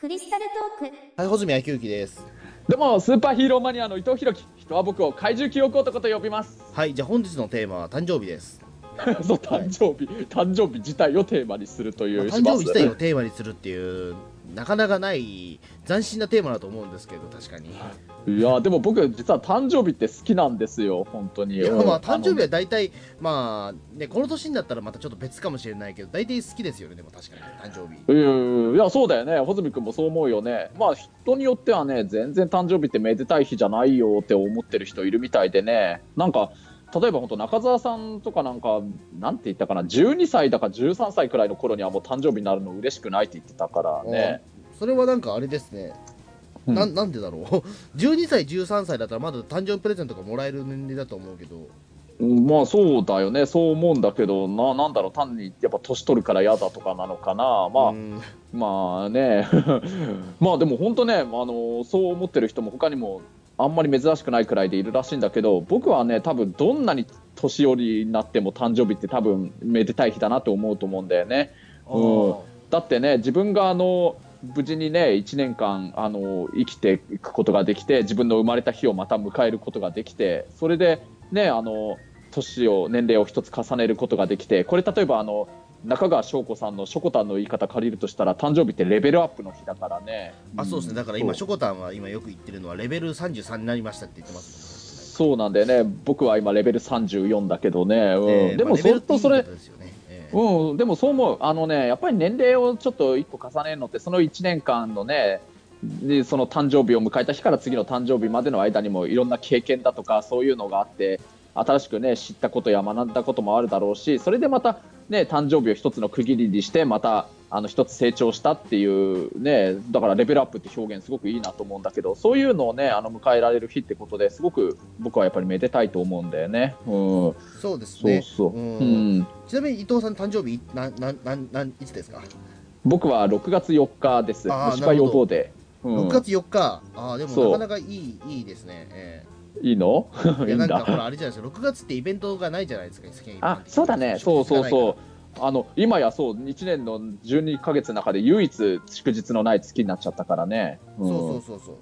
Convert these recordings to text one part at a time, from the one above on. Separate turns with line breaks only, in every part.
クリスタルトーク
はい、穂積昭之です。
どうもスーパーヒーローマニアの伊藤博樹人は僕を怪獣記憶男と呼びます
はい、じゃあ本日のテーマは誕生日です。
そう誕生日、誕生日自体をテーマにするという
誕生日自体をテーマにするっていう、なかなかない斬新なテーマだと思うんですけど、確かに。
いやでも僕実は誕生日って好きなんですよ本当に
いやまあ
うん
誕生日は大体、まあね、この年になったらまたちょっと別かもしれないけど、大体好きですよね、でも確かに、誕生日。
いやいやいやそうだよね穂積君もそう思うよねまあ人によってはね全然誕生日ってめでたい日じゃないよって思ってる人いるみたいでねなんか例えば本当中澤さんとかなんかなんて言ったかな12歳だか13歳くらいの頃にはもう誕生日になるの嬉しくないって言ってたからね
それはなんかあれですね。
うん
ななんでだろう 12歳13歳だったらまだ誕生日プレゼントがもらえる年齢だと思うけど
まあそうだよねそう思うんだけどななんだろう単にやっぱ年取るから嫌だとかなのかなまあ、
うん
まあね まあでも本当ねあのそう思ってる人も他にもあんまり珍しくないくらいでいるらしいんだけど僕はね多分どんなに年寄りになっても誕生日って多分めでたい日だなと思うと思うんだよね。
あー
だってね自分があの無事にね1年間あの生きていくことができて自分の生まれた日をまた迎えることができてそれでねあの年を年齢を一つ重ねることができてこれ例えばあの中川翔子さんのしょこたんの言い方借りるとしたら誕生日ってレベルアップの日だからね
あそうですねだから今
そ
しょこたんは今よく言ってるのはレベル33になりましたって言ってますもんね
うそうなんだよね僕は今レベル34だけどね、うん
えー
で
ま
も
あレベ
そ
ル
っ
ってい
と
い
それ
言い方ですよねええ
うん、でもそう思う、あのね、やっぱり年齢をちょっと一個重ねるのって、その1年間のね、でその誕生日を迎えた日から次の誕生日までの間にもいろんな経験だとか、そういうのがあって、新しくね、知ったことや学んだこともあるだろうし、それでまた、ね、誕生日を一つの区切りにして、またあの一つ成長したっていう、ね、だからレベルアップって表現、すごくいいなと思うんだけど、そういうのをね、あの迎えられる日ってことですごく僕はやっぱりめでたいと思うんだよね。うん、
そうです
そう
ね
そう。
うん
うん
ちなみに伊藤さん誕生日いななななんいつですか、
僕は6月4日です。
あー
虫歯予防で。うん
6月4日ああで
そ
も
う
なかなかいいいいですね、え
いいの
えい
いい
や
ん
なんかほ
だ。
らあれじゃないですか6月ってイベントがないじゃないですか世間一般的に
あ、そうだね。そうそうそう。あの今やそう1年の12ヶ月の中で唯一祝日のない月になっちゃったからね。うん、
そうそうそう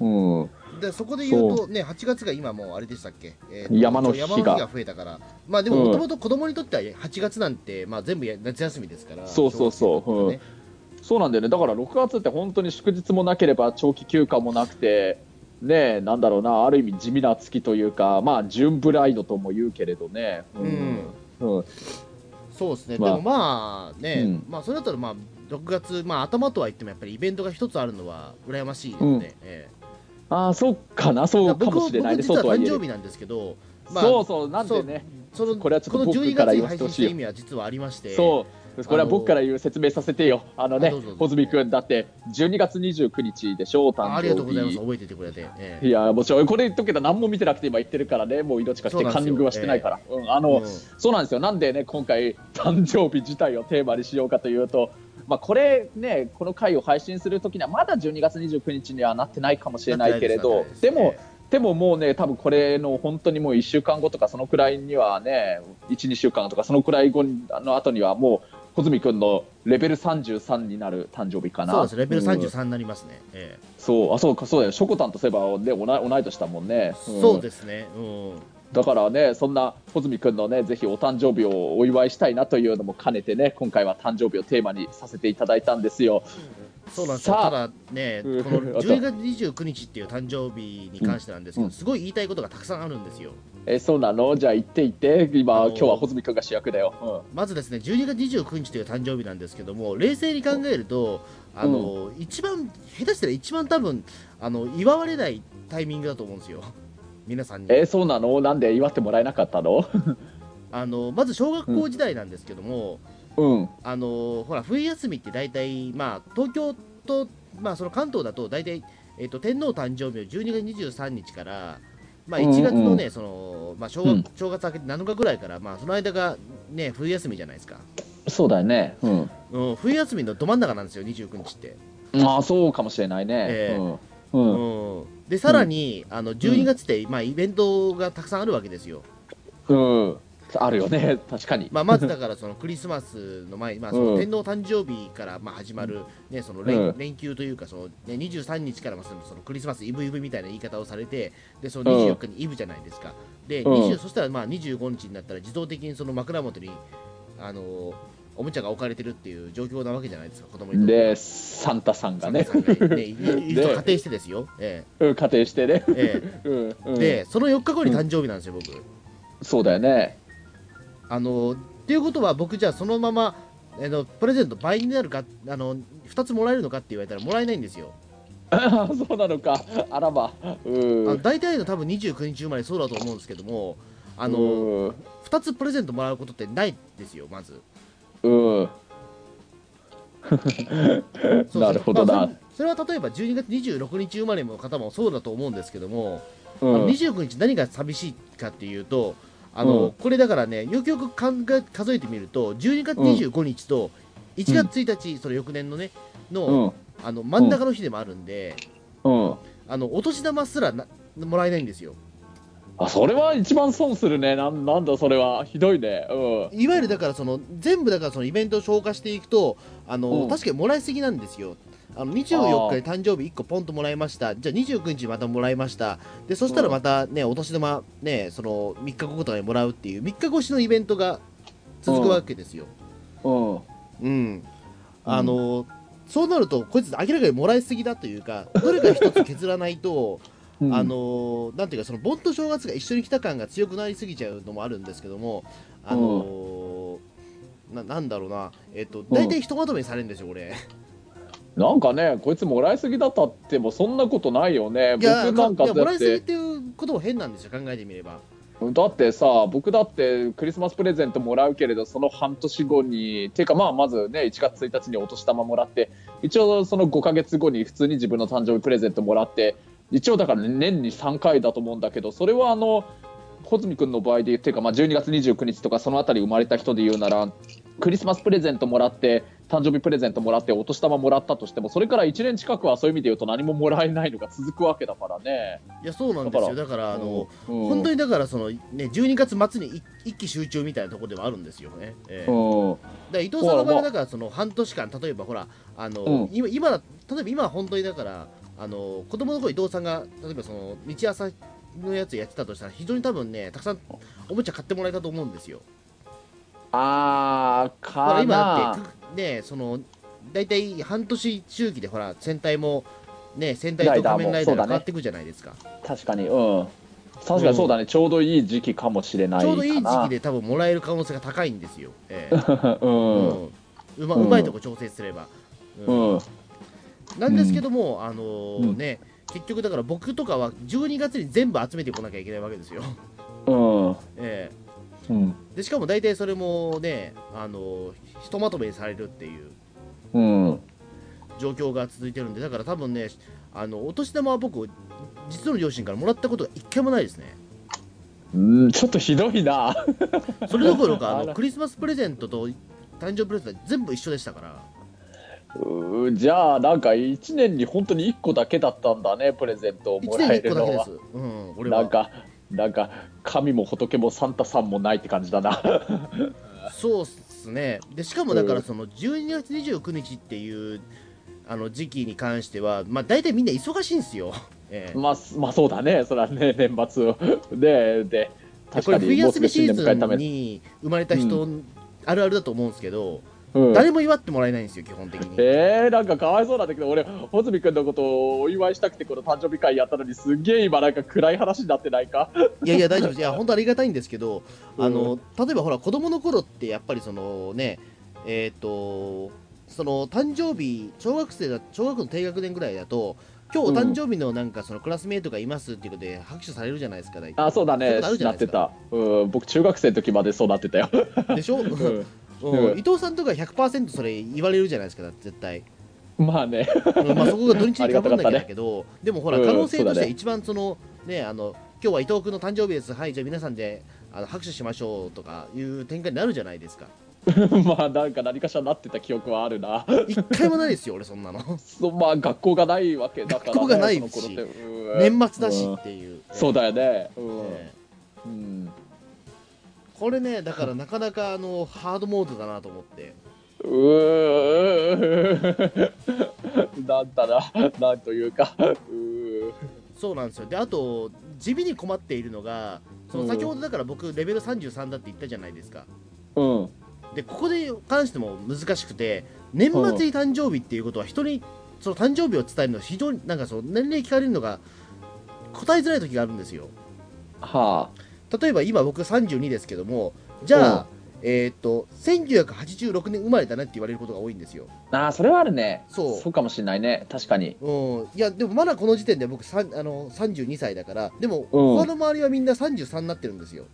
そう
うん、
でそこで言うとね8月が今もうあれでしたっけ、えと
山の日が
山の日が増えたからまあでも
うん
もともと子供にとっては8月なんて、まあ全部や夏休みですから
そうそうそ
小
う
学生とかね
そうなんだよね。だから6月って本当に祝日もなければ長期休暇もなくて。ねえなんだろうなある意味地味な月というかまあジュンブライドとも言うけれどね、うんうん、
そうですね、
まあ
でもまあね、
うん
まあそれだったらまあ6月、まあ、頭とは言ってもやっぱりイベントが一つあるのは羨ましいですね、
うん
え
ああそうかな
え
そうか
僕
もしれないね
僕実
そう
は
とはいえ
誕生日なんですけど、まあ
そうそうなんでね
その
これはちょっ
こ
と
の12
僕か
月に
ら言わ
配
せ
信
てほ
し
したい
意味は実はありまして
そう。これは僕から言う説明させてよ。あのね
あどうぞどう、ぞ
穂積君だって12月29日でしょ、お誕生日。
あありがとうございます覚えててくれて、ええ
いやもちろんこれ言っとくけど何も見てなくて今言ってるからねもう色近く
そう
て
なんです
カ
よ
ンニングはしてないから、うんあの、
うん
そうなんですよなんでね今回誕生日自体をテーマにしようかというとまあこれねこの回を配信する時にはまだ12月29日にはなってないかもしれないけれど
なって
で
ないす
も、でももうね、多分これの本当にもう1週間後とか、そのくらいにはね、1、2週間とか、そのくらい後にあの後にはもう、穂積君のレベル33になる誕生日かな。
そうですレベル
うん
33になりますね、ええ
そう、あ、そうか、そうだよ。しょこたんとすれば、ね、同い同い年だもんね。ん
そうですねうん
だからね、そんな穂積君のね、ぜひお誕生日をお祝いしたいなというのも兼ねてね、今回は誕生日をテーマにさせていただいたんですよ。
そうなんですよ
さ
た
あ
だね、この
うん
12月29日っていう誕生日に関してなんですけど、
うん
すごい言いたいことがたくさんあるんですよ。
え、そうなのじゃあ行って行って、今、
あのー
今日は穂積君が主役だよ。うん
まずですね、12月29日という誕生日なんですけども、冷静に考えると、あの、一番、下手したら一番多分、あの、祝われないタイミングだと思うんですよ。皆さんに。
えそうなのなんで祝ってもらえなかったの
あの、まず小学校時代なんですけども、
うん。
あの、ほら、冬休みって大体、まあ、東京と、まあ、その関東だと大体、えっと、天皇誕生日を12月23日から、まあ、
うんうん
1月のね、その、まあ、正
うん
月、正月明けて7日ぐらいから、まあ、その間が、ね、冬休みじゃないですか。
そうだよね。うん。
うん、冬休みのど真ん中なんですよ、29日って。
まあ、そうかもしれないね。
え
うん。うん。
うんでさらに、あの12月って、まあ、イベントがたくさんあるわけですよ。
うん。あるよね、確かに。
まあ、まずだからそのクリスマスの前に、まあ、その天皇誕生日からまあ始まる、ね、その連,、
うん
連休というかその、ね、23日からまあそのそのクリスマスイブイブみたいな言い方をされてでその24日にイブじゃないですか、で
うん
20そしたらまあ25日になったら自動的にその枕元にあのーおもちゃが置かれてるっていう状況なわけじゃないですか子供にとっては
で、サンタさん
サ
が
ンタ
ね、
さんがねいいると
で
仮定してですよ、え
うん仮定してね
え。え
うんう
え
ん、
でその4日後に誕生日なんですよ、僕。
そうだよね。
あのっていうことは僕じゃあそのままあのプレゼント倍になるかあの2つもらえるのかって言われたらもらえないんですよ
ああそうなのか。あらば。
あ
う
の
ん。
大体の多分29日生まれそうだと思うんですけどもあ
あ
の
の
2つプレゼントもらうことってないですよまず
うん。
そう
なるほどな
まあそれそれは例えば12月26日生まれの方もそうだと思うんですけども、
う
あの
ん。
29日何が寂しいかっていうとあの、
うん
これだからねよくよく考え数えてみると12月25日と1月1日、その翌年のねの、
うん。
あの真ん中の日でもあるんで、
うん。
あのお年玉すらなもらえないんですよ。
あ、それは一番損するね。なんなんだそれは。ひどいね。う
いわゆるだからその全部だからそのイベントを消化していくとあの、
うん
確かにもらいすぎなんですよ。あの24日に誕生日1個ポンともらいましたじゃあ29日またもらいましたでそしたらまたね、お年玉ねその3日後とかにもらうっていう3日越しのイベントが続くわけですよ。
ん。うん。
うん、あの、そうなるとこいつ明らかにもらいすぎだというかどれか一つ削らないと。
うん
あのーなんていうかその盆と正月が一緒に来た感が強くなりすぎちゃうのもあるんですけどもあのーななんだろうなえっと大体ひとまとめにされるんですよ俺
なんかね、こいつもらいすぎだったってもそんなことないよね。
い
僕
や
なんか
いやもら
だっ、
いすぎってていうことも変なんですよ考えてみれば
だってさ、僕だってクリスマスプレゼントもらうけれど、その半年後に、ていうかまあまずね、1月1日にお年玉もらって、一応その5ヶ月後に普通に自分の誕生日プレゼントもらって、一応だから年に3回だと思うんだけど、それはあの、穂積君の場合で、ていうかまあ12月29日とかそのあたり生まれた人で言うなら、クリスマスプレゼントもらって、誕生日プレゼントもらって、お年玉もらったとしても、それから1年近くはそういう意味で言うと何ももらえないのが続くわけだからね。
いやそうなんですよだ
だ
からあの、
うん
本当にだからそのね12月末に一一気集中みたいなところではあるんですよね、ええ
うん
だから伊藤さんの場合は
ほらまあ
だからその半年間例えばほらあの、
うん
今今だ例えば今は本当にだからあの子供の頃伊藤さんが例えばその日朝のやつやってたとしたら非常に多分ねたくさんおもちゃ買ってもらえたと思うんですよ。
あー
だか
から
今だ
な
ってくねその大体半年周期でほら戦隊もね戦隊
ラ
と
イダーも
仮面ライダーが
そうだね
変わっていくじゃないですか、
確かにうん確かにそうだね、ちょうどいい時期かもしれない
ち
かな
ょうどいい時期で多分もらえる可能性が高いんですよ。ええ
うん
うんうま
うん
うまいとこ調整すれば。
う
うん
ん、
なんですけども、あのー
うん
ね、結局だから僕とかは12月に全部集めてこなきゃいけないわけですよ。
うん
え
うん
えでしかも大体それもね、あのーひとまとめにされるっていう
うん
状況が続いてるんで、だから多分ね、あのお年玉は僕、実の両親からもらったことが一回もないです ね。
うん、ちょっとひどいな
それどころか、あ
あ
の
ら
クリスマスプレゼントと誕生日プレゼントは全部一緒でしたから。
うんじゃあなんか1年に本当に1個だけだったんだねプレゼントを
1
も
年に
らえ
1個
る
だけ
の
で
は
す。うん、俺
なん
は。
かなんか神も仏もサンタさんもないって感じだな
そうっすね。で、しかもだから、その12月29日っていうあの時期に関しては、まあ、大体みんな忙しいんですよ。 ええ
まあまあそうだねそれはね年末でで
で
確
これ、
か
冬
にも
休
うす
み
ぐ
シー
新年迎える
ズ
た
ン
め
に生まれた人、あるあるだと思うんですけど、
うん
誰も祝ってもらえないんですよ、基本的に。
えー、なんかかわいそうなんだけど俺穂積君のことをお祝いしたくてこの誕生日会やったのにすっげえ今なんか暗い話になってないか
いやいや、大丈夫です。いや、本当ありがたいんですけど、あの例えばほら、子供の頃って、やっぱりそのね、えっ、と、その誕生日、小学生だ、小学校の低学年ぐらいだと、今日お誕生日のなんかそのクラスメイトがいますっていうことで拍手されるじゃないですか、大体
あそうだ
そうい
ね
うことあるじゃ
な
ない
っ
で
て
すか
たうん僕中学生の時までそうなってたよ、
でしょ、うん
うん
伊藤さんとか100%それ言われるじゃないですか、だって絶対。
まあね
うんまあそこが土日
あ
に
り
か
が
ぶ
た
ん
かっ
な
た
きゃ
ね
だけど、でもほら、
うん
可能性とし
そ
て
うだ
は
ね
一番その、ね、あの、今日は伊藤君の誕生日です、はい、じゃあ皆さんであの拍手しましょうとかいう展開になるじゃないですか。
まあなんか何かしらなってた記憶はあるな
一回もないですよ、俺、そんなの。
そうまあ学校がないわけだから、ね、
学校がないし
その頃ってうん
年末だし
うん
っていう。
そう
だ。
だよね、うん
ええ
うん
これねだからなかなかあのハードモードだなと思って
うーなん だな、なんというか、うー
そうなんですよであと地味に困っているのがその
うん
先ほどだから僕レベル33だって言ったじゃないですか
うん、
でここで関しても難しくて年末に誕生日っていうことは人にその誕生日を伝えるのは非常になんかその年齢聞かれるのが答えづらい時があるんですよ
はあ、
例えば今僕32ですけどもじゃあえーっと1986年生まれだねって言われることが多いんですよ
あーそれはあるね、
そう
かもしれないね、確かに。
うん、いやでもまだこの時点で僕さんあの32歳だからでも
うん
他の周りはみんな33になってるんですよ、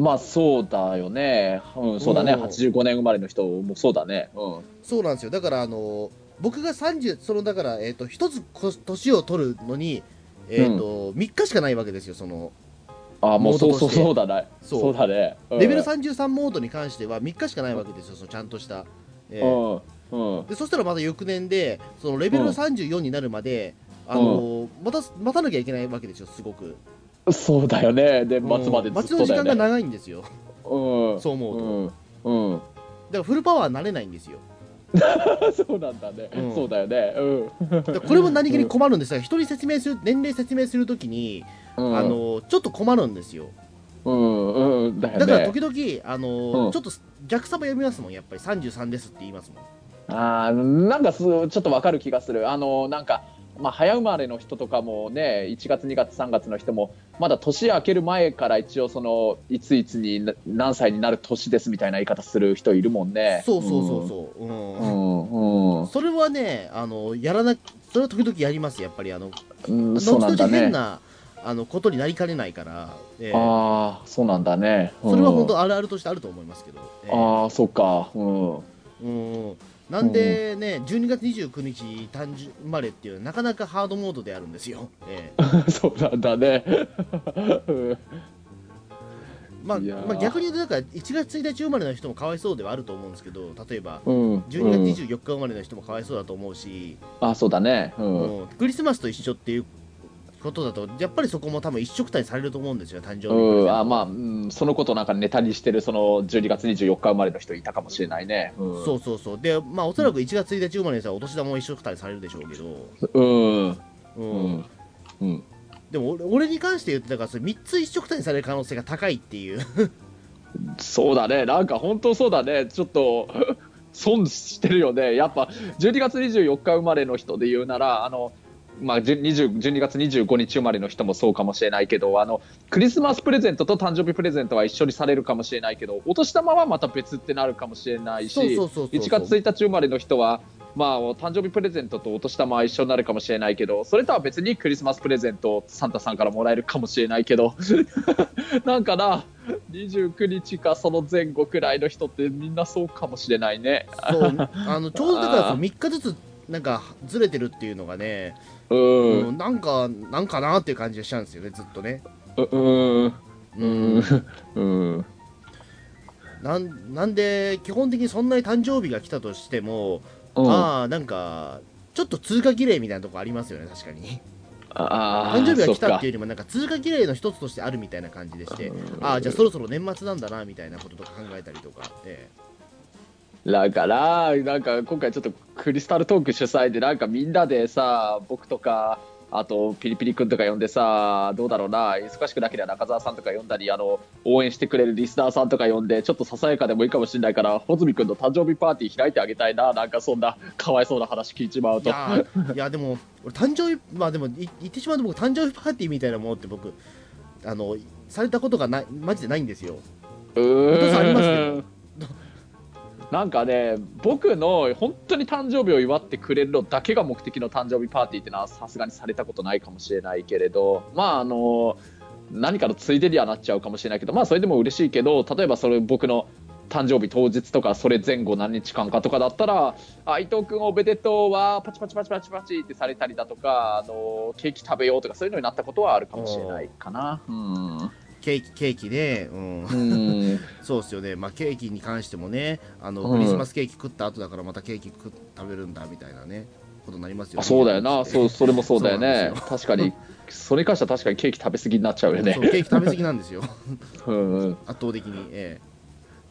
まあそうだよね、うん、そうだね、
うん
85年生まれの人もそうだね、うん、
そうなんですよだからあの僕が30そのだからえっ、と一つこ年を取るのにえっ、と、3日しかないわけですよその
あーもう
モードと
そうそう
して
そうだね、
そう
そうだね、うん
レベル33モードに関しては3日しかないわけですよそのちゃんとした、えー
うん、うん、
でそしたらまた翌年でそのレベル
うん
34になるまで、あのまた待たなきゃいけないわけですよすごく
そうだよね、で、待つまで
うん
ずっ
待ちの
と
時
だ
間
よ
が
ね。
長いんですよ
うん
そう思うと、だか
うん、うん、
らフルパワーになれないんですよ
そうなんだね、
うん
そうだよね、うん、
だからこれも何気に困るんですが、人に説明する、年齢説明するときに、
うん
あの、ちょっと困るんですよ。
うんうんだよ
だ
ね
から時々、あの、
うん
ちょっと逆さば読みますもん、やっぱり33ですって言いますもん。
あーなんかすちょっとわかる気がするあのなんか、まあ、早生まれの人とかもね1月2月3月の人もまだ年明ける前から一応そのいついつにな何歳になる年ですみたいな言い方する人いるもんね
そうそうそうそう。
う
うん。
んうん
それはね、あの、やらな、それは時々やります、やっぱり。あの、
うん、そうなんだ
後々変
ね
な、あの、ことになりかねないから、ええ
ああそうなんだね、うん
それは本当あるあるとしてあると思いますけど。ええ
ああそうかうん
うん。なんでね、12月29日誕生生まれっていうのはなかなかハードモードであるんですよ。ええ
そうなんだねうん
まあ、
いやー
まあ、逆に言うと、だから1月1日生まれの人もかわいそうではあると思うんですけど、例えば
うん
12
うん
月24日生まれの人もかわいそうだと思うし、
あそうだねうん
うんクリスマスと一緒っていうことだと、やっぱりそこも多分一緒くたにされると思うんですよ、誕生日プレゼン
うん、
ト
あまあ、うん、そのことなんかネタにしてるその12月24日生まれの人いたかもしれないね。うん、
そうそうそう、で、まあ、おそらく1月1日生まれの人はお年玉も一緒くたにされるでしょうけど、
うん、
う
うんん、うん、
でも俺俺に関して言うと、だからそれ3つ一緒くたにされる可能性が高いっていう、
そうだね、なんか本当そうだね、ちょっと 損してるよね、やっぱ12月24日生まれの人で言うなら、あのまあ、10 20 12月25日生まれの人もそうかもしれないけどあのクリスマスプレゼントと誕生日プレゼントは一緒にされるかもしれないけどお年玉はまた別ってなるかもしれないし。
そうそうそうそう
1月1日生まれの人は、まあ、お誕生日プレゼントとお年玉は一緒になるかもしれないけどそれとは別にクリスマスプレゼントをサンタさんからもらえるかもしれないけど なんかな29日かその前後くらいの人ってみんなそうかもしれないね
そうあのちょうどだからそ
あ
の
ー
3日ずつなんかずれてるっていうのがね、
うん
うん、なんか、なんかなっていう感じがしちゃうんですよね、ずっとね。
うん
う
うん
ん、
うん
なんなんで、基本的にそんなに誕生日が来たとしても、
あ
ああ、なんか、ちょっと通過儀礼みたいなとこありますよね、確かに。
あー
誕生日が来たっていうよ
そ
りも、なんか通過儀礼の一つとしてあるみたいな感じでして、
うん
ああ、じゃあそろそろ年末なんだな、みたいなこととか考えたりとか。ええ
だからなんか今回ちょっとクリスタルトーク主催でなんかみんなでさ僕とかあとピリピリ君とか呼んでさどうだろうな忙しくなければ中澤さんとか呼んだりあの応援してくれるリスナーさんとか呼んでちょっとささやかでもいいかもしれないから穂積君の誕生日パーティー開いてあげたいななんかそんなかわいそうな話聞いちまう
い
と
やーいや、でも、俺、誕生日、まあでも、い言ってしまうと僕、誕生日パーティーみたいなものって僕、あの、されたことがない、マジでないんですよ。
うーん
さんありますけ
なんかね僕の本当に誕生日を祝ってくれるのだけが目的の誕生日パーティーってのはさすがにされたことないかもしれないけれどまああの何かのついでにはなっちゃうかもしれないけどまあそれでも嬉しいけど例えばそれ僕の誕生日当日とかそれ前後何日間かとかだったら「あ伊藤君おめでとう」はパチパチパチパチパチってされたりだとかあのケーキ食べようとかそういうのになったことはあるかもしれないかな。うん
ケーキ、ケーキね、うん。
うん
そうですよね、まあ、ケーキに関してもねあの、
う
ク
ん
リスマスケーキ食った後だからまたケーキ食食べるんだみたいなね、ことになりますよ、
あそうだよなそううそれもそうだよね
そうなんで
確かにそれに関しては確かにケーキ食べ過ぎになっちゃうよね
そうケーキ食べ過ぎなんですよ
うんうん
圧倒的にえ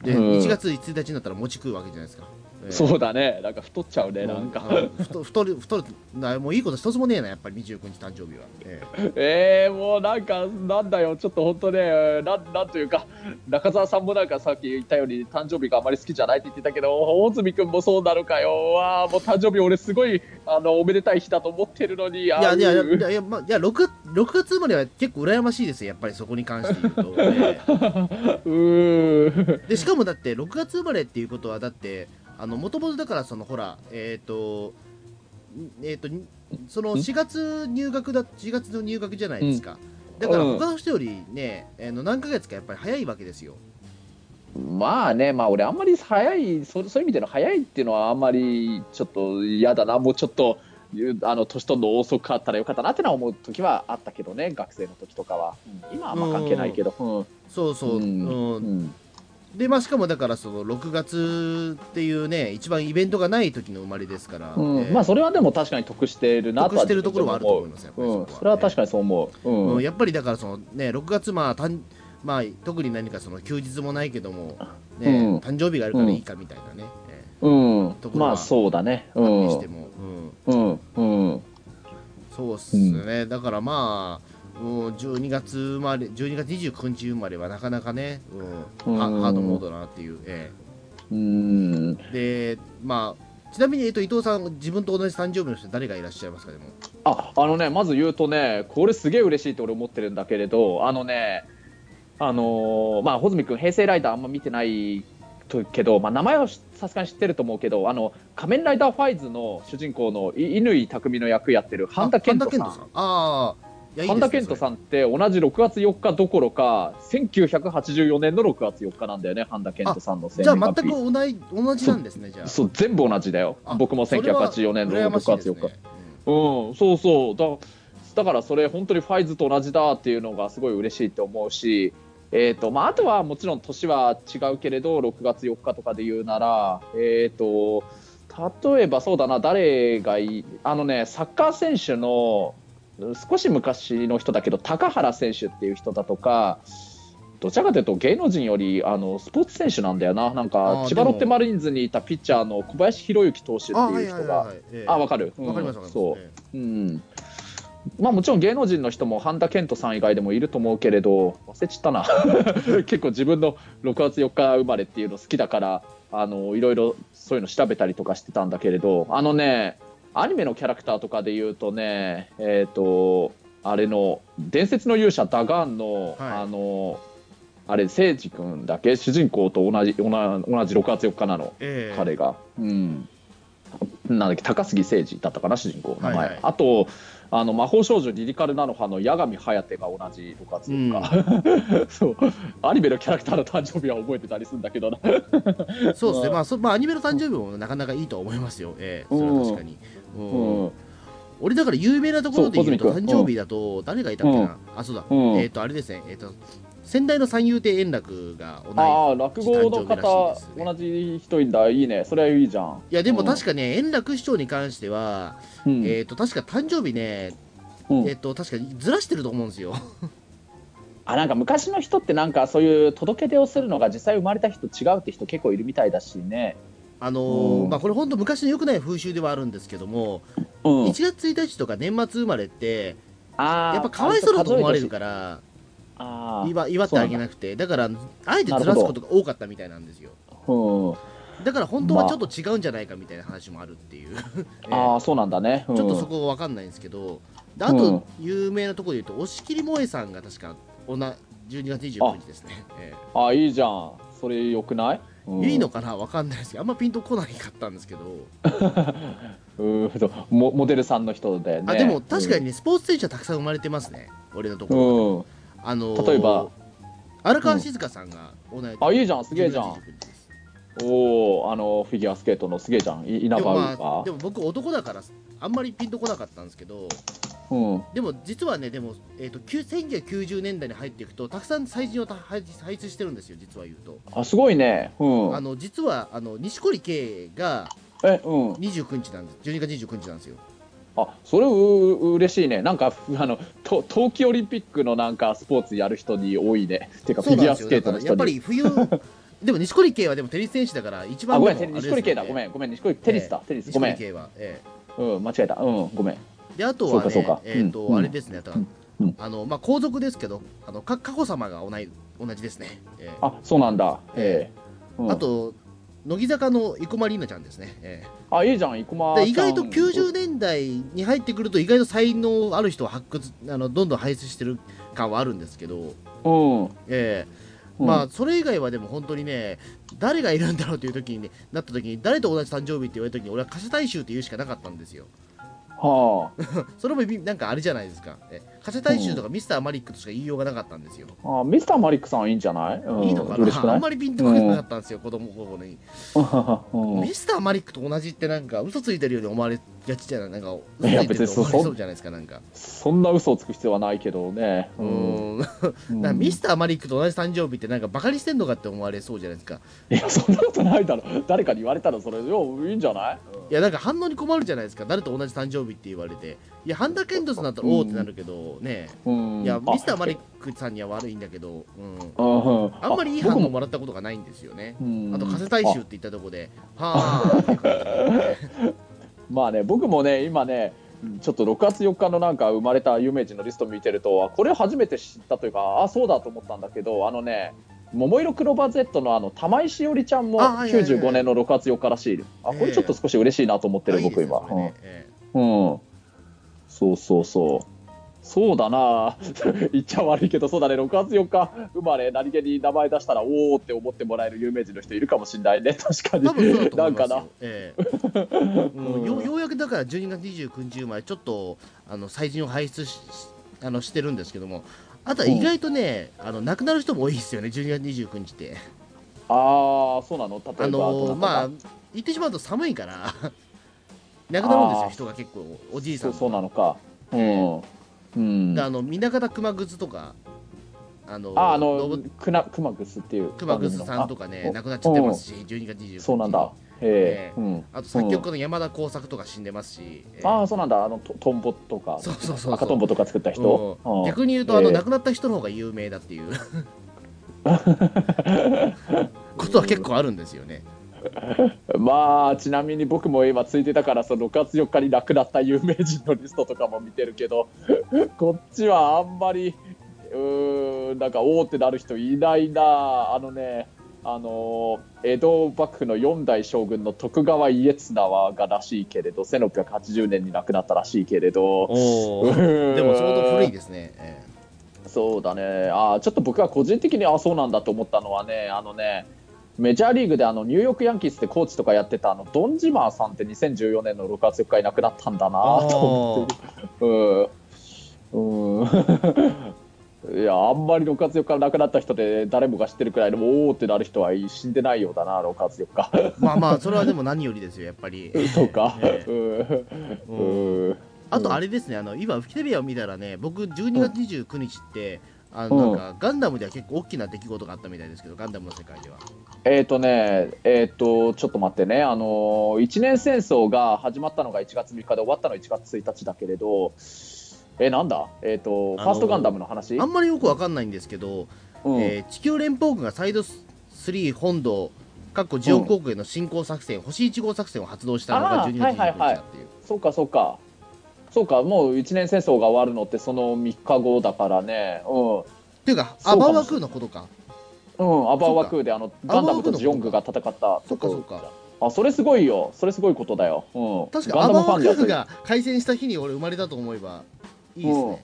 えで、
うん
1月1日になったら餅食うわけじゃないですか、ええ
そうだねなんか太っちゃうねなんか
ううん太太る太るなもういいこと一つもねえなやっぱり29日誕生日は、ええ
えー、もうなんか、なんだよ、ちょっと本当ね、なんなんというか、中澤さんもなんかさっき言ったように、誕生日があまり好きじゃないって言ってたけど、大住君もそうなのかよ、わあもう誕生日、俺、すごいあのおめでたい日だと思ってるのに、い
いやいやいやいやいや,、まあ、いや 6, 6月生まれは結構羨ましいですよやっぱりそこに関して言うと、 ええ
うーん、
でしかもだって6月生まれっていうことはだってもともとだからそのほらえっ、とんえっ、とにその
ん
4月入学だ4月の入学じゃないですか、だから他の人よりね、あの何ヶ月かやっぱり早いわけですよ
まあね、まあ俺、あんまり早いそ、そういう意味での早いっていうのは、あんまりちょっと嫌だな、もうちょっと。あの年取るの遅かったらよかったなってのは思う時はあったけどね学生の時とかは、うん今はあんま関係ないけど、うん
そうそう、
うん
うん
うん
でまあしかもだからその6月っていうね一番イベントがない時の生まれですから、
うん
えー
まあそれはでも確かに得してるなと
得
は
してるところはあると思いますやっぱり
うん、
こは
それは確かにそう思う、うん
うんやっぱりだからそのね6月まあたんまあ特に何かその休日もないけどもね、
うん
誕生日があるからいいかみたいなね、え
うん
ところは
まあそうだねう
ー
ん
にしても、うん、
うんうん
そうっすね、だからまあもう12月生まれ12月29日生まれはなかなかね、うん
うん
ハハードモードだなっていう、え
うん
えでまあちなみに、えっと、伊藤さん自分と同じ誕生日の人誰がいらっしゃいますかでも
ああのねまず言うとねこれすげえ嬉しいって俺思ってるんだけれどあのねあのーまあ穂積君平成ライダーあんま見てないとけど、まあ、名前はさすがに知ってると思うけどあの仮面ライダーファイズの主人公のい乾匠の役やってる半田健人さん
あ半田健人さんあーいやいいですね
神田健人さんって同じ6月4日どころか1984年の6月4日なんだよね半田健人さんの
それ
生
じゃ
年
あ
月
全く
日
同じ同じなんですねじゃあ
そう全部同じだよ
あ
僕も1984年の
羨
6
ましいで
月
す
4
ね
日、うんそうそうだだからそれ本当にファイズと同じだっていうのがすごい嬉しいと思うしえーとまあ、あとはもちろん年は違うけれど6月4日とかで言うなら、えー、と例えばそうだな誰がいいあのねサッカー選手の少し昔の人だけど高原選手っていう人だとかどちらかというと芸能人よりあのスポーツ選手なんだよななん
あ
か
ー
千葉ロッテマリーンズにいたピッチャーの小林博之投手って
あはいいうはい
人
はい
が
はいええ
あわかる
わかりますわかりま
うん
す
そう
ええ
うんまあもちろん芸能人の人も半田健人さん以外でもいると思うけれど忘れちったな 結構自分の6月4日生まれっていうの好きだからあのいろいろそういうの調べたりとかしてたんだけれどあのねアニメのキャラクターとかで言うとねえっ、とあれの「伝説の勇者ダガーンの」
はい
あのあれ誠治君だけ主人公と同じ同じ同じ6月4日なの。
ええ
彼が、うん、なんだっけ高杉誠二だったかな主人公の名前、
はいはい
あとあの魔法少女リリカルなの派の八神颯が同じ6月4日、そう アニメのキャラクターの誕生日は覚えてたりするんだけどな
そうですね、
まあ
まあそまあ、アニメの誕生日もなかなかいいとは思いますよ、ええそれは確かに。うん
うん
俺、だから有名なところで言うと、
そう小泉
誕
君
生日だと、誰がいたっけな、あ、そうだ、
うん
えっ、と、あれですね、えっ、と、先代の三遊亭円楽が同じ。
ああ落語の
誕生日らしい
方、
ですね
同じ人いんだいいねそれはいいじゃん
いや、でも確
か
かね、円楽師匠に関しては、
に、うん
えっ、と、確か誕生日ね、
うん
えっ、と、確かにずらしてると思うんですよ。
あなんか昔の人ってなんかそういう届け出をするのが実際生まれた人と違うって人結構いるみたいだしね、
あのー
うん
まあ、これ、本当、昔の良くない風習ではあるんですけども、
うん、
1月1日とか年末生まれって、
あー
やっぱかわいそうだと思われるから、
あー
祝祝ってあげなくて、だから、あえてずらすことが多かったみたいなんですよ。
うん
だから本当はちょっと違うんじゃないかみたいな話もあるっていう、え
あ
ー
あそうなんだね、うん
ちょっとそこは分かんないんですけど、であと有名なところで言うと、押切萌えさんが確かおな12月29日ですね、え
ああいいじゃんそれよくない、うん
ーいいのかな、分かんないですけど、あんまピンとこないかったんですけど、
うーんモモデルさんの人でね
あでも確かにね、スポーツ選手はたくさん生まれてますね、俺のとこ
う
ろ。
ん、うん
あのー
例えば、
荒川静香さんが同じ、
あいいじゃんすげえじゃん
12月29日です
おおあのフィギュアスケートのすげえじゃんい稲
でも,、
葉ウ
ま
ー
あ、
パ
で
ー
も僕男だからあんまりピンとこなかったんですけど
うん
でも実はねでも、えー、ときゅ1990年代に入っていくとたくさん最人をた輩輩出してるんですよ実は言うと、
あすごいねうん
あの実はあの錦織圭が
えうん
29日なんです12月29日なんですよ
あそれうう嬉しいねなんかあのと冬季オリンピックのなんかスポーツやる人に多いねてかフ
そう
ィ
な
ギ
んで
ュア
す
ス
よ
ケー
だか
トの
ら
人
やっぱ
に
り冬でも錦織圭はでもテニス選手だから一
あ
番
ご
で
め
も
ん
あれ
て
です
錦
よね
織圭だごめんごめん錦織テニスだ、テニス
錦
ごめ
織
ん、
圭はええ
うん、間違えたうんごめん
であと
そう
は
かそう
ね
か
えっと
うん
あれですねだから
うん
あのまあ皇族ですけどあのか佳子さまが同い同じですねええ
あそうなんだええうん
あと乃木坂の生駒里奈ちゃんですねええ
あいいじゃん生駒ちゃ
で
ん
意外と90年代に入ってくると意外と才能ある人を発掘あのどんどん輩出してる感はあるんですけど、
うん、うん
ええまあそれ以外はでも本当にね誰がいるんだろうという時に、ね、なった時に誰と同じ誕生日って言われた時に俺は加瀬大衆って言うしかなかったんですよ
は
それもみなんかあれじゃないですか、ええ加瀬大衆とかミスターマリックとしか言いようがなかったんですよ、
ああミスターマリックさんいいんじゃない、うん、
いいのか
嬉し
な
くな
あ
い
んまりピンとこなかったんですよ、子供心に、
うん
ミスターマリックと同じってなんか嘘ついてるように思われがちじゃないなんか嘘つ
いや
いて
別
る
に
と
そう
思われそうじゃないですかなんか
そんな嘘をつく必要はないけどね
うーん
うん
なんかミスターマリックと同じ誕生日ってなんかバカにしてんのかって思われそうじゃないですか
いやそんなことないだろ誰かに言われたらそれよいいんじゃない、
いやなんか反応に困るじゃないですか誰と同じ誕生日って言われていや半田健人さんだったら
うん
おおってなるけどね
うん、
いやミスターマリ
ッ
ックさんには悪いんだけど、うん、
ク、うん、
あんまりいい
僕
反応
も
もらったことがないんですよね
うん
あと加瀬大衆って言ったとこではあって感じ
あまあね僕もね今ねちょっと6月4日のなんか生まれた有名人のリスト見てるとあこれ初めて知ったというかあそうだと思ったんだけどあのね桃色クローバー Z のあの玉井しおりちゃんも
あはいはいはい
95年の6月4日らしいあこれちょっと少し嬉しいなと思ってる、
あいい
僕
です
今
よそれねえ
うん。そうそうそう。そうだな 言っちゃ悪いけどそうだね6月4日生まれ何気に名前出したらおおって思ってもらえる有名人の人いるかもしれないね確か
え多分そうだと思
にないん
ま
か
す
な
よ、ええうんようようやくだから12月29日生まれちょっとあの最人を輩出ししあのしてるんですけどもあとは意外とね、あの亡くなる人も多いですよね12月29日って
ああそうなの例えば
あのーまあ言ってしまうと寒いから亡くなるんです
あ
よ
ー
人が結構おじいさ
そ
ん
うそう
とか
なのかうん、うん、
で
あ
あの南方熊楠とかあの
あ
の
の
ぶ
くな熊楠っていう
熊楠さんとか
あ
ね
お
亡くなっちゃってますし12月29日
そうなんだへえ
え
ーうん、
あと作曲家の山田耕作とか死んでますし、えー
ああそうなんだあのトトンボとか
そうそうそう
赤
そ
トン
う
ボとか作った人、
うん
うん
逆に言うとあの
ええ
亡くなった人の方が有名だっていう ことは結構あるんですよね。
まあちなみに僕も今ついてたからその6月4日に亡くなった有名人のリストとかも見てるけど こっちはあんまりうーんなんかおーってなる人いないなあのねあのー江戸幕府の4代将軍の徳川家綱がらしいけれど1680年に亡くなったらしいけれど
おで
で
も相当古いですね。え
そうだねあーちょっと僕は個人的にあそうなんだと思ったのはねあのねメジャーリーグであのニューヨークヤンキースでコーチとかやってたあのドン・ジマーさんって2014年の6月4日に亡くなったんだなと思ってうんうんいやあん まり6月4日亡くなった人で誰もが知ってるくらいでもおおってなる人は死んでないようだな6月4日
えまあまあそれはでも何よりですよやっぱり。
そうか、
ええ
うん
うん
うん
あとあれですねあの今フィテビアを見たらね僕12月29日ってあのなんかガンダムでは結構大きな出来事があったみたいですけどガンダムの世界では。
えーとね、えーと、ちょっと待ってね、あのー、一年戦争が始まったのが1月3日で終わったのが1月1日だけれど、えーなんだ、えーと、
あのー
ファーストガンダムの話
あんまりよくわかんないんですけど、
うん
えー地球連邦軍がサイド3本土かっこジオン航空への進攻作戦、星1号作戦を発動したのが
あー
12月29日だっていう、
はいはいはそうか、そうか、そうか、もう一年戦争が終わるのってその3日後だからね、うん、
っていうか
そうか
アバー
も
ワクーのことか
うん、アバーワクーであのガンダムとジオングが戦ったと
そっかそっか
あ、それすごいよ、それすごいことだよ、うん、
確か
ガ
ア
ンダ
バー
ムファ
ワ
ン
ク
にはそ
ー
ういう
が開戦した日に俺生まれたと思えばいいですね、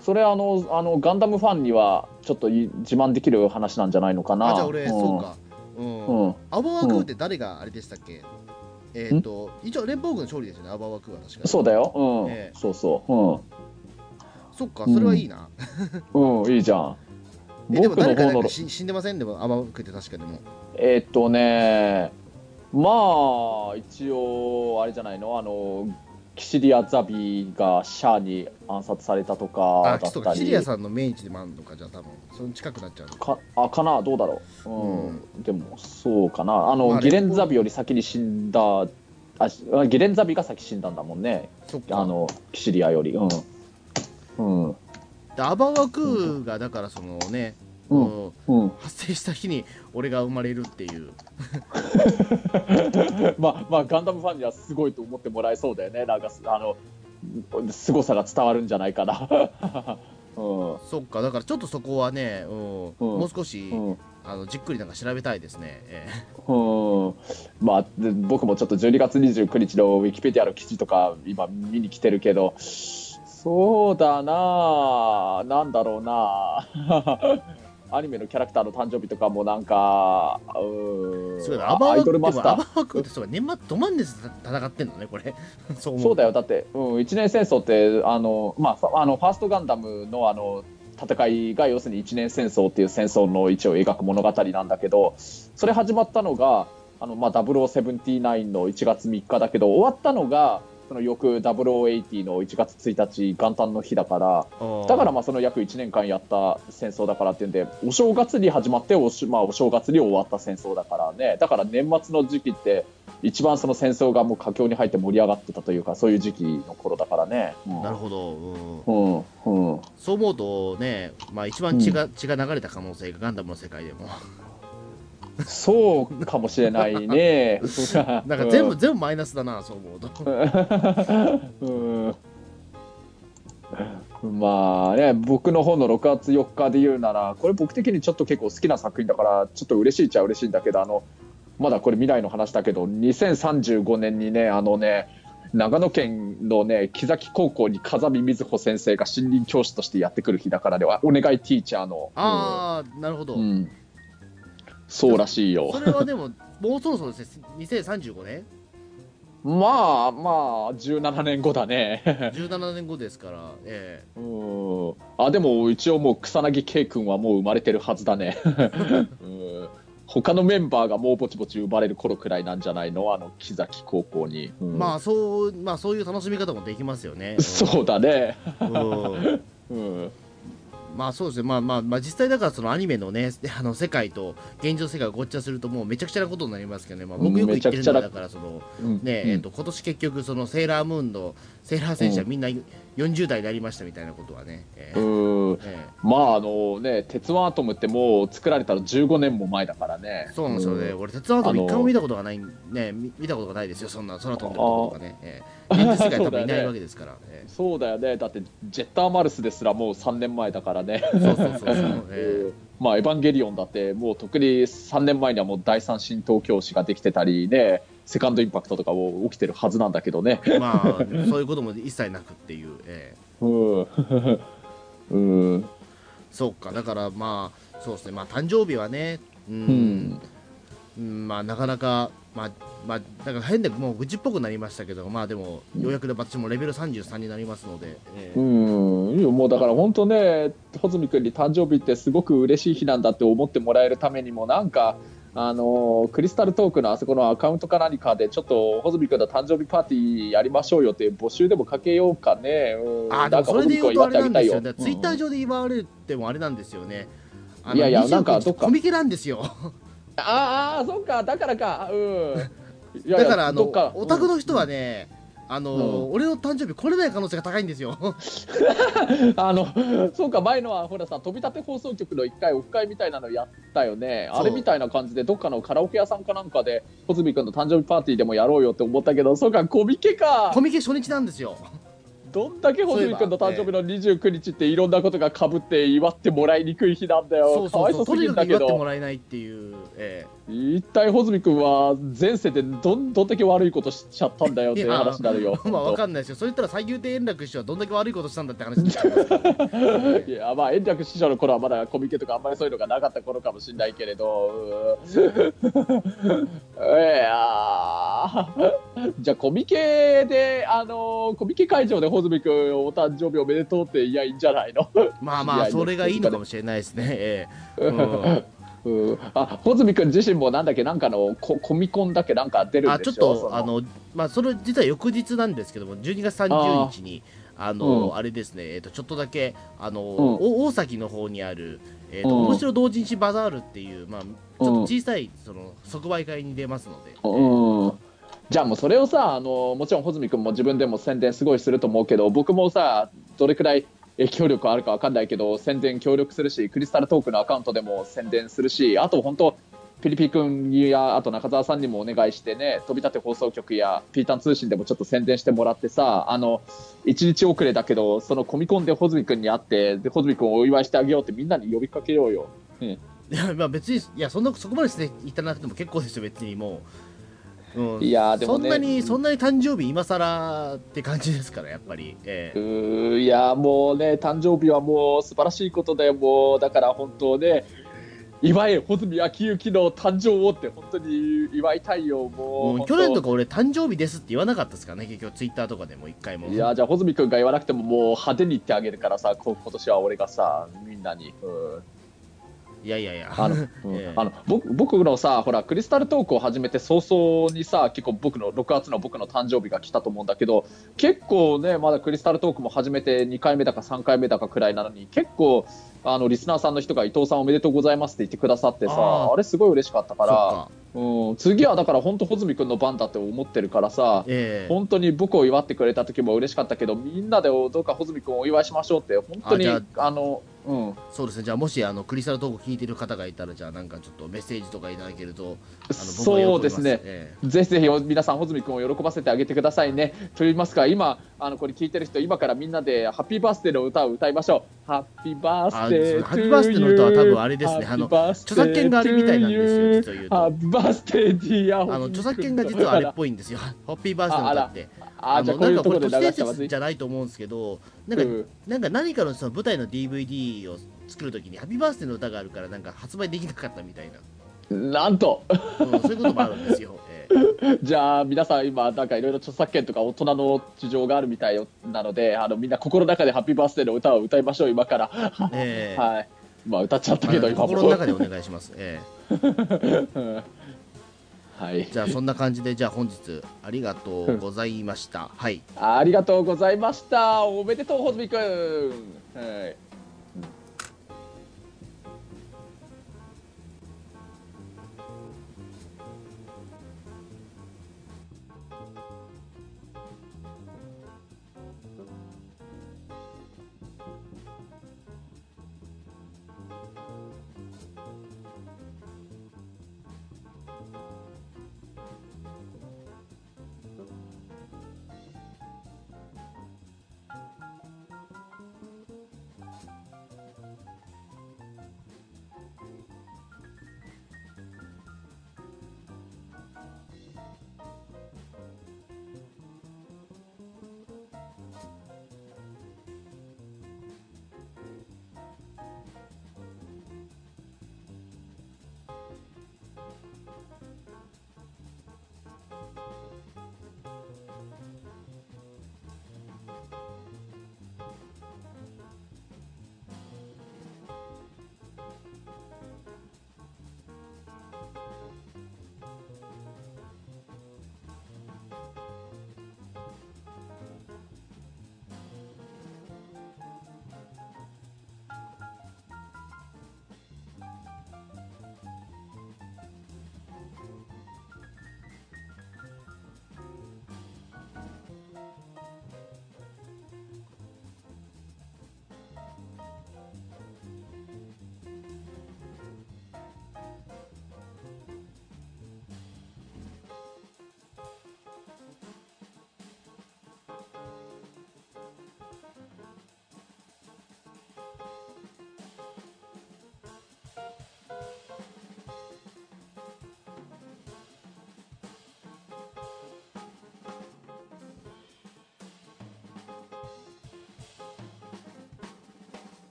それあのあのガンダムファンにはちょっとい自慢できる話なんじゃないのかな
あじゃあ俺、
ん
そうかうん、
うん
アバーワクーって誰があれでしたっけ、えっ、と一応連邦軍の勝利ですよねアバーワクーは確か
そうだよ、うん
ええ
そうそ
そっかそれはいいな、
う、うん、うん、いいじゃん。
えでも
僕
誰
の
か
方
なん
の
か、し死んでませんでもアバーワクーって確かでも
えっとね、まあ、一応、あれじゃないの、あの、キシリア・ザビがシャアに暗殺されたと
あ
かだ
きっ
っ
と
た
シリ
り
ア、さんの命日でもあるのかじゃあ多分その近くなっちゃうの
かあかな、どうだろう、うん
う
でも、そうかな、あの、
まあ
ギレン・ザビより先に死んだあしあゲレンザビが先死んだんだもんね
そっか
あのキシリアよりうんうん
でアバンワクーがだからそのね、
う
うんん
うん、
発生した日に俺が生まれるっていう
まあまあガンダムファンにはすごいと思ってもらえそうだよねなんかすあの凄さが伝わるんじゃないか なうん
そっかだからちょっとそこはね、うん
うん
もう少し、
うん
あのじっくりなんか調べたいですね、え
うんまあ、で僕もちょっと12月29日のウィキペディアの記事とか今見に来てるけどそうだなあなんだろうなあ アニメのキャラクターの誕生日とかもなんかう
え
ーん
そうだアバ
ア
ン
イ
ワク
ドル
ー
マ
って
ス
ア
タ
バ
ー
ンワクーってそうか年末ど真ん中で戦ってんのねこれ そう思
そうだよだって、うん、一年戦争ってあの、まあファ、あのファーストガンダムのあの戦いが要するに一年戦争っていう戦争の一応描く物語なんだけどそれ始まったのがあの、まあ、0079の1月3日だけど終わったのがその翌0080の1月1日元旦の日だから
う
だからまあその約1年間やった戦争だからっていうんでお正月に始まっておし、まあ、お正月に終わった戦争だからねだから年末の時期って一番その戦争がもう佳境に入って盛り上がってたというかそういう時期の頃だからね。うん
なるほど、うん、
うんうん、
そう思うとね、まあ、一番血が,、血が流れた可能性がガンダムの世界でも
そうかもしれな いね。
なんか全部、全部マイナスだなそう思うと
うん、まあね僕の方の6月4日で言うならこれ僕的にちょっと結構好きな作品だからちょっと嬉しいっちゃ嬉しいんだけどあのまだこれ未来の話だけど2035年にねあのね長野県のね木崎高校に風見瑞穂先生が森林教師としてやってくる日だからではお願いティーチャーの
ああなるほど、
うん、そうらしいよ
それはでももうそろそろですね2035年
まあまあ17年後だね
17年後ですから、ええ
うんあでも一応もう草薙圭君はもう生まれてるはずだね うん他のメンバーがもうぼちぼち生まれる頃くらいなんじゃないのあの木崎高校に、うん
まあそうまあそういう楽しみ方もできますよね。
そうだね、
うんうん
うん、
まあそうですね。まあまあまあ実際だからそのアニメのねあの世界と現状世界をごっちゃするともうめちゃくちゃなことになりますけどね。まあ僕よく言ってるのは
うんめちゃくちゃな
だからその
うん
ね、えっと今年結局そのセーラームーンのセーラー戦士はみんな40代になりましたみたいなことはね。ええ
うん
え
まああのね「鉄腕アトム」ってもう作られたの15年も前だからね
えそうなんですよね。俺鉄腕アトム
あの
一回も見たことがないね見見たことがないですよ。そんな空飛んでるとことかね。ええ現実世界多分いないわけですから。ええ
そうだよねだってジェッターマルスですらもう3年前だからね
そうそうそうそう。ええ
まあ、エヴァンゲリオンだって、もうとっくに3年前にはもう第三神東教師ができてたりね、セカンドインパクトとかも起きてるはずなんだけどね。
まあ、そういうことも一切なくって いう、ええ
うん。うん。
そうか、だからまあ、そうですね、まあ、誕生日はね、う
うんん、
うんまあ、なかなか、まあ、まあ、なんか変で、もう愚痴っぽくなりましたけど、まあでも、ようやくで私もレベル33になりますので、ええ
うんいやもうだから本当ね、穂積君に誕生日ってすごく嬉しい日なんだって思ってもらえるためにも、なんか、あのクリスタルトークのあそこのアカウントか何かで、ちょっと穂積君の誕生日パーティーやりましょうよって募集でもかけようかね、うん、
ああ、でもそれで言うとあれなんですよ、ツイッタ
う
ー
ん
上で言われてもあれなんですよね、あ
いやいやなんか
29
どっか
コミケなんですよ、
あーあーそっかだからかうんいやいや
だから、あ
ど
の
っか、
オタク
うん
の人はね、あの
う
俺の誕生日来れない可能性が高いんですよ。
あのそうか前のはほらさ飛び立て放送局の一回オフ会みたいなのやったよね
そう
あれみたいな感じでどっかのカラオケ屋さんかなんかで小泉君の誕生日パーティーでもやろうよって思ったけどそうかコミケか
コミケ初日なんですよ。
どんだけ小泉君の誕生日の29日っていろんなことがかぶって祝ってもらいにくい日なん
そ
だよ
う
か
そ
わ
う
い
そ、
そ
と
うすぎ
に
るん
か
だ
く祝
け
っても
ど
らえないっていう、え
一体小泉君は前世でどんどんだけ悪いことしちゃったんだよっていう話になるよ
えまあわ
本当
かんないですよ、それ言ったら最優亭円楽師匠はどんだけ悪いことしたんだって話になっちゃいますから
いやまあ円楽師匠の頃はまだコミケとかあんまりそういうのがなかった頃かもしれないけれど うーいやーじゃあコミケであのーコミケ会場で穂積君お誕生日おめでとうっていやいいんじゃないの、
まあまあ、それがいいのかもしれないですね、ええうん
うん、あ穂積君自身もなんだっけなんかのココミコンだっけなんか出るん
あ
で
ち
し
ょ
ょ
っと
そ
あの、まあ、それ実は翌日なんですけども、12月30日に、あの
うん
あれですね、えっとちょっとだけあの、
ん
お大崎の方にある、えっと
うん
面白同人誌バザールっていう、まあ、ちょっと小さいその即売会に出ますので。
うんじゃあもうそれをさあのもちろん穂積君も自分でも宣伝すごいすると思うけど僕もさどれくらい影響力あるかわかんないけど宣伝協力するしクリスタルトークのアカウントでも宣伝するしあと本当ピリピ君やあと中澤さんにもお願いしてね飛び立て放送局やピータン通信でもちょっと宣伝してもらってさあの1日遅れだけどその込み込んで穂積君に会ってで穂積君をお祝いしてあげようってみんなに呼びかけようよ。
いや、 まあ、別に、いや、そんな、そこまでしていただなくても結構ですよ、別にもう。うん、
いやーでも
そ
ね
んなに、そんなに誕生日今更って感じですから、やっぱり。え
う
え
ーいやーもうね誕生日はもう素晴らしいことでもうだから本当ね祝え穂積昭之の誕生をって本当に祝いたいよもう
もう去年と
か
か俺、誕生日ですって言わなかったですからね、結局、ツイッターとかでも一回も。
いやーじゃあ穂積君が言わなくてももう派手に言ってあげるからさこ今年は俺がさみんなに、うん
いやいやいや、
あのうん
ええ
あの僕僕のさほらクリスタルトークを始めて早々にさ結構僕の6月の僕の誕生日が来たと思うんだけど結構ねまだクリスタルトークも始めて2回目だか3回目だかくらいなのに結構あのリスナーさんの人が伊藤さんおめでとうございますって言ってくださってさ
あ
あ
ー
れすごい嬉しかった
そ
か
っ
ら
か。
うん、次はだから本当穂積君の番だって思ってるからさ
ええ
本当に僕を祝ってくれた時も嬉しかったけどみんなでどうか穂積君をお祝いしましょうって本当に
あ
あ
じ
のうん
そうですね、じゃあ、もし、あの、クリスタルトーク聞いてる方がいたら、じゃあ、なんかちょっとメッセージとかいただけると、あの、僕は喜び
そう
ま
ですね。
ええ
ぜひぜひ皆さん、穂積君を喜ばせてあげてくださいね。と言いますか、今、あのこれ聞いてる人、今からみんなでハッピーバースデーの歌を歌いましょう。ハッピーバース
あそ
デー。
うハッピーバースデーの歌は多分あれですねあの著作権があるみたいなんですよ実を言うと
ハッピーバースデー、ディア
あの、著作権が実はあれっぽいんですよ。 ハッピーバースデーの歌って。
あ、じゃあ、
の、
こ
な
う
いん
う
か
と
これ、
ころ
都市
で流した
伝
らまず
説
い
じ。ゃないと思うんですけど、なんか、
うん
なんか何かのその舞台の DVD を作るときに、ハッピーバースデーの歌があるから、なんか発売できなかったみた いな、
なんと、
うんそういうこともあるんですよ。え
じゃあ、皆さん、今、なんかいろいろ著作権とか大人の事情があるみたいなので、あのみんな心の中でハッピーバースデーの歌を歌いましょう、今から。
えええ
はい。まあ、歌っちゃったけど、
あの
今も
心の中でお願いします。え
うんはい
え、じゃあ、そんな感じで、じゃあ本日、ありがとうございました。はい。
ありがとうございました。おめでとう、ほずみくん。はい